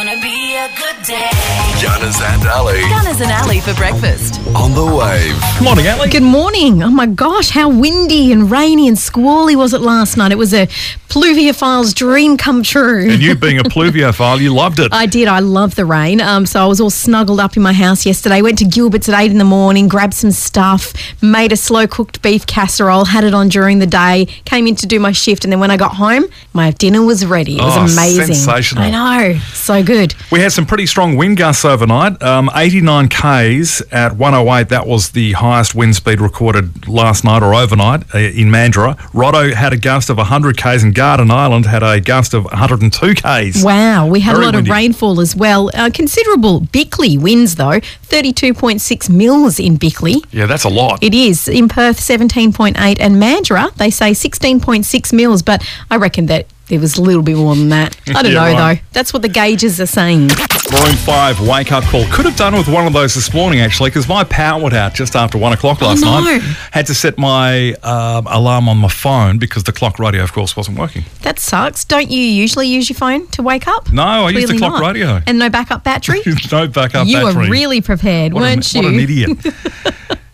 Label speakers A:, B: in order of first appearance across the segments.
A: a good day.
B: Gunners and Ali
C: Gunners and Alley for breakfast.
B: on the wave.
D: Morning, Ellie.
E: Good morning. Oh my gosh, how windy and rainy and squally was it last night? It was a pluviophile's dream come true.
D: And you being a pluviophile, you loved it.
E: I did. I love the rain. Um, so I was all snuggled up in my house yesterday. Went to Gilbert's at eight in the morning, grabbed some stuff, made a slow cooked beef casserole, had it on during the day, came in to do my shift, and then when I got home, my dinner was ready. It was
D: Oh,
E: amazing.
D: sensational.
E: I know. So good.
D: We had some pretty strong wind gusts overnight. Um, 89 k's at 108. That was the highest wind speed recorded last night or overnight uh, in Mandurah. Roddo had a gust of 100 k's, and Garden Island had a gust of 102 k's.
E: Wow, we had
D: Very
E: a lot
D: windy.
E: of rainfall as well. Uh, considerable Bickley winds though, 32.6 mils in Bickley.
D: Yeah, that's a lot.
E: It is in Perth 17.8 and Mandurah they say 16.6 mils, but I reckon that there was a little bit more than that. I don't
D: Yeah,
E: know
D: right.
E: though. That's what the gauges are saying.
D: Maroon 5 wake up call. Could have done with one of those this morning, actually, because my power went out just after 1 o'clock last
E: no.
D: night. Had to set my um, alarm on my phone because the clock radio, of course, wasn't working.
E: That sucks. Don't you usually use your phone to wake up?
D: No, I use the
E: Clearly
D: clock radio.
E: And no backup battery?
D: no backup
E: you
D: battery.
E: were really prepared,
D: What an-
E: weren't you?
D: What an idiot.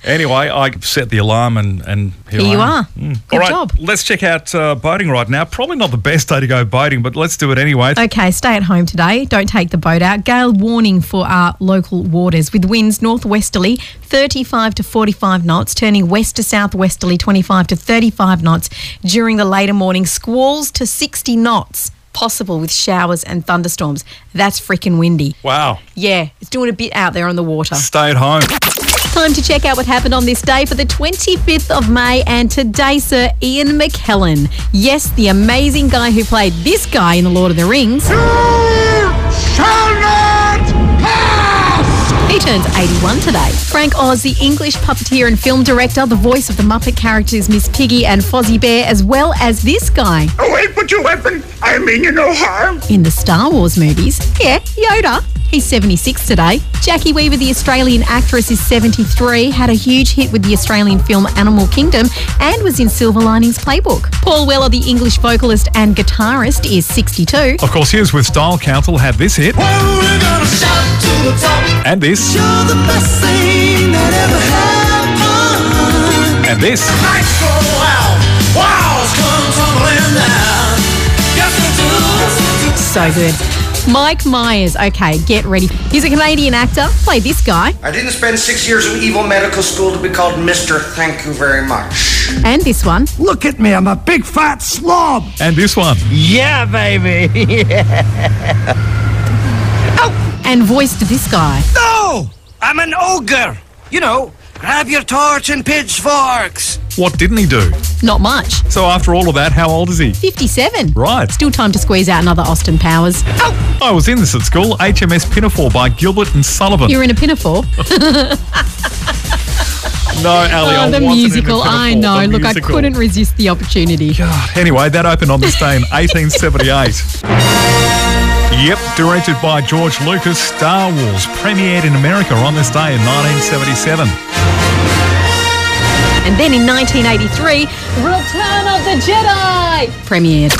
D: anyway, I set the alarm and, and here,
E: Here
D: I
E: you
D: am. Mm.
E: are. Good
D: All right,
E: job.
D: let's check out uh, boating right now. Probably not the best day to go boating, but let's do it anyway.
E: Okay, stay at home today. Don't take the boat out. Gale warning for our local waters with winds northwesterly 35 to 45 knots, turning west to southwesterly 25 to 35 knots during the later morning. Squalls to 60 knots possible with showers and thunderstorms. That's freaking windy.
D: Wow.
E: Yeah, it's doing a bit out there on the water.
D: Stay at home.
E: Time to check out what happened on this day for the 25th of May. And today, Sir Ian McKellen. Yes, the amazing guy who played this guy in The Lord of the Rings. He turns 81 today. Frank Oz, the English puppeteer and film director, the voice of the Muppet characters Miss Piggy and Fozzie Bear, as well as this guy
F: Away put your weapon. I mean you no harm.
E: in the Star Wars movies. Yeah, Yoda. He's 76 today. Jackie Weaver, the Australian actress, is 73, had a huge hit with the Australian film Animal Kingdom and was in Silver Linings Playbook. Paul Weller, the English vocalist and guitarist, is 62.
D: Of course, here's with Style Council had this hit and this and this.
E: So good. Mike Myers, okay, get ready. He's a Canadian actor, play this guy
G: I didn't spend six years in evil medical school to be called Mr. Thank you very much.
E: and this one.
F: Look at me. I'm a big fat slob.
D: And this one.
F: Yeah, baby.
E: and voiced this guy.
F: No, I'm an ogre. You know, grab your torch and pitchforks.
D: What didn't he do?
E: Not much.
D: So, after all of that, how old is he?
E: 57.
D: Right.
E: Still time to squeeze out another Austin Powers.
D: I was in this at school HMS Pinafore by Gilbert and Sullivan.
E: You're in a pinafore.
D: Oh, no, Ali, I
E: oh, the
D: wasn't in
E: musical.
D: Pinafore,
E: I know.
D: the
E: Look,
D: musical.
E: I couldn't resist the opportunity.
D: God. Anyway, that opened on this day in 1878. Yep, directed by George Lucas, Star Wars premiered in America on this day in 1977.
E: And then in 1983, Return of the Jedi premiered.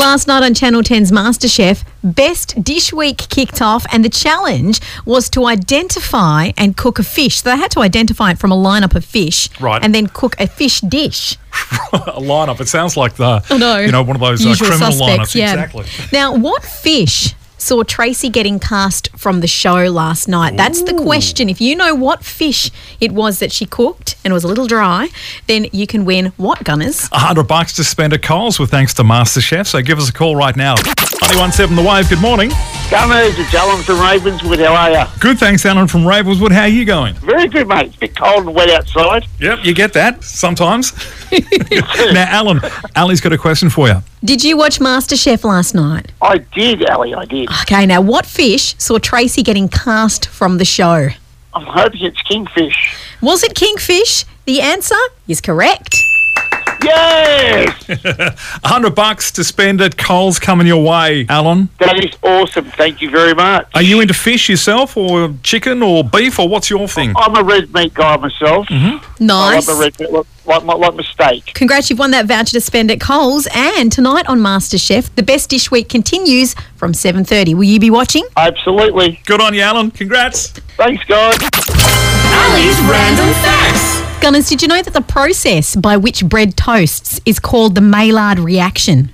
E: Last night on Channel 10's MasterChef, Best Dish Week kicked off, and the challenge was to identify and cook a fish. So they had to identify it from a lineup of fish
D: Right.
E: and then cook a fish dish.
D: A lineup. It sounds like the
E: I know.
D: you know one of those uh,
E: Usual
D: criminal lineups.
E: suspects, yeah.
D: Exactly.
E: Now, what fish saw Tracy getting cast from the show last night? That's the question. If you know what fish it was that she cooked and was a little dry, then you can win what gunners?
D: A hundred bucks to spend at Coles with thanks to MasterChef. So give us a call right now. 917 The Wave. Good morning.
H: Gunners, it's Alan from Ravenswood. How are you?
D: Good thanks, Alan from Ravenswood. How are you going?
H: Very good, mate. It's a bit cold and wet outside.
D: Yep, you get that sometimes. now, Alan, Ali's got a question for you.
E: Did you watch MasterChef last night?
H: I did, Ali, I did.
E: Okay, now what fish saw Tracy getting cast from the show?
H: I'm hoping it's kingfish.
E: Was it kingfish? The answer is correct.
H: Yes!
D: 100 bucks to spend at Coles coming your way, Alan.
H: That is awesome. Thank you very much.
D: Are you into fish yourself, or chicken, or beef, or what's your thing?
H: I'm a red meat guy myself.
E: Nice.
H: I love a red meat. like, my, like mistake.
E: Congrats, you've won that voucher to spend at Coles. And tonight on MasterChef, the Best Dish Week continues from 7.30. Will you be watching?
H: Absolutely.
D: Good on you, Alan. Congrats.
H: Thanks, guys.
C: Ali's random facts.
E: Gunners, did you know that the process by which bread toasts is called the Maillard reaction?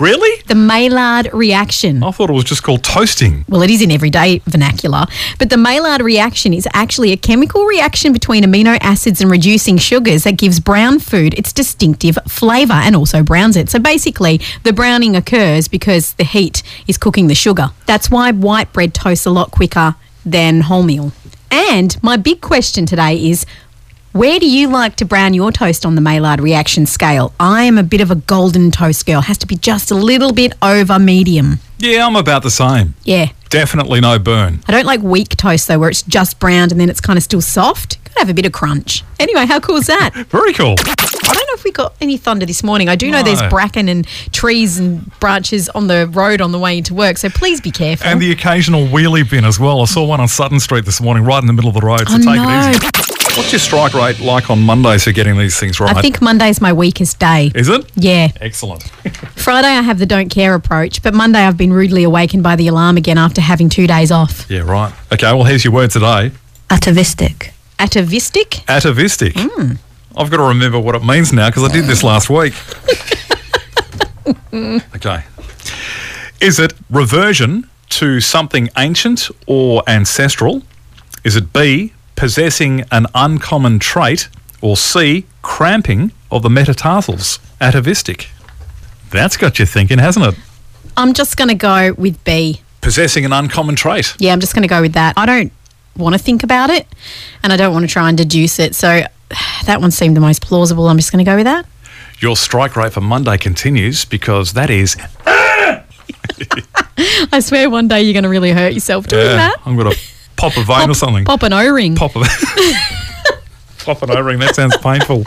D: Really?
E: The Maillard reaction.
D: I thought it was just called toasting.
E: Well, it is in everyday vernacular, but the Maillard reaction is actually a chemical reaction between amino acids and reducing sugars that gives brown food its distinctive flavour and also browns it. So basically, the browning occurs because the heat is cooking the sugar. That's why white bread toasts a lot quicker than wholemeal. And my big question today is where do you like to brown your toast on the Maillard reaction scale? I am a bit of a golden toast girl. Has to be just a little bit over medium.
D: Yeah, I'm about the same.
E: Yeah.
D: Definitely no burn.
E: I don't like weak toast though, where it's just browned and then it's kind of still soft. Could have a bit of crunch. Anyway, how cool is that?
D: Very cool.
E: I don't know if we got any thunder this morning. I do know
D: No.
E: there's bracken and trees and branches on the road on the way into work, so please be careful.
D: And the occasional wheelie bin as well. I saw one on Sutton Street this morning, right in the middle of the road. So
E: Oh,
D: take
E: no.
D: it easy. What's your strike rate like on Mondays for getting these things right?
E: I think Monday's my weakest day.
D: Is it?
E: Yeah.
D: Excellent.
E: Friday I have the don't care approach, but Monday I've been rudely awakened by the alarm again after having two days off.
D: Yeah, right. Okay, well, here's your word today
A: Atavistic.
E: Atavistic?
D: atavistic. I've got to remember what it means now because I did this last week. okay. Is it reversion to something ancient or ancestral? Is it B, possessing an uncommon trait? Or C, cramping of the metatarsals? Atavistic. That's got you thinking, hasn't it?
E: I'm just going to go with B.
D: Possessing an uncommon trait.
E: Yeah, I'm just going to go with that. I don't want to think about it and I don't want to try and deduce it. So that one seemed the most plausible. I'm just going to go with that.
D: Your strike rate for Monday continues because that is.
E: I swear one day you're going to really hurt yourself doing that.
D: I'm going to pop a vein or something.
E: Pop an O ring.
D: pop a pop an O-ring. That sounds painful.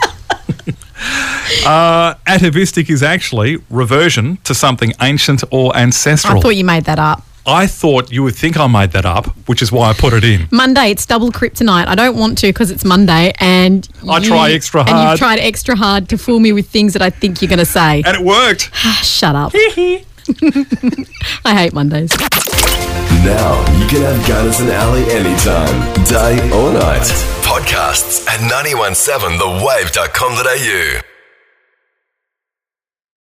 D: uh, atavistic is actually reversion to something ancient or ancestral.
E: I thought you made that up.
D: I thought you would think I made that up, which is why I put it in.
E: Monday, it's double kryptonite. I don't want to because it's Monday and
D: I try extra
E: And
D: hard. Uh,
E: you've tried extra hard to fool me with things that I think you're going to say. Ah,
D: And it worked.
E: Shut up. I hate Mondays.
B: Now you can have Gunners and Alley anytime, day or night. Podcasts at 917thewave.com.au.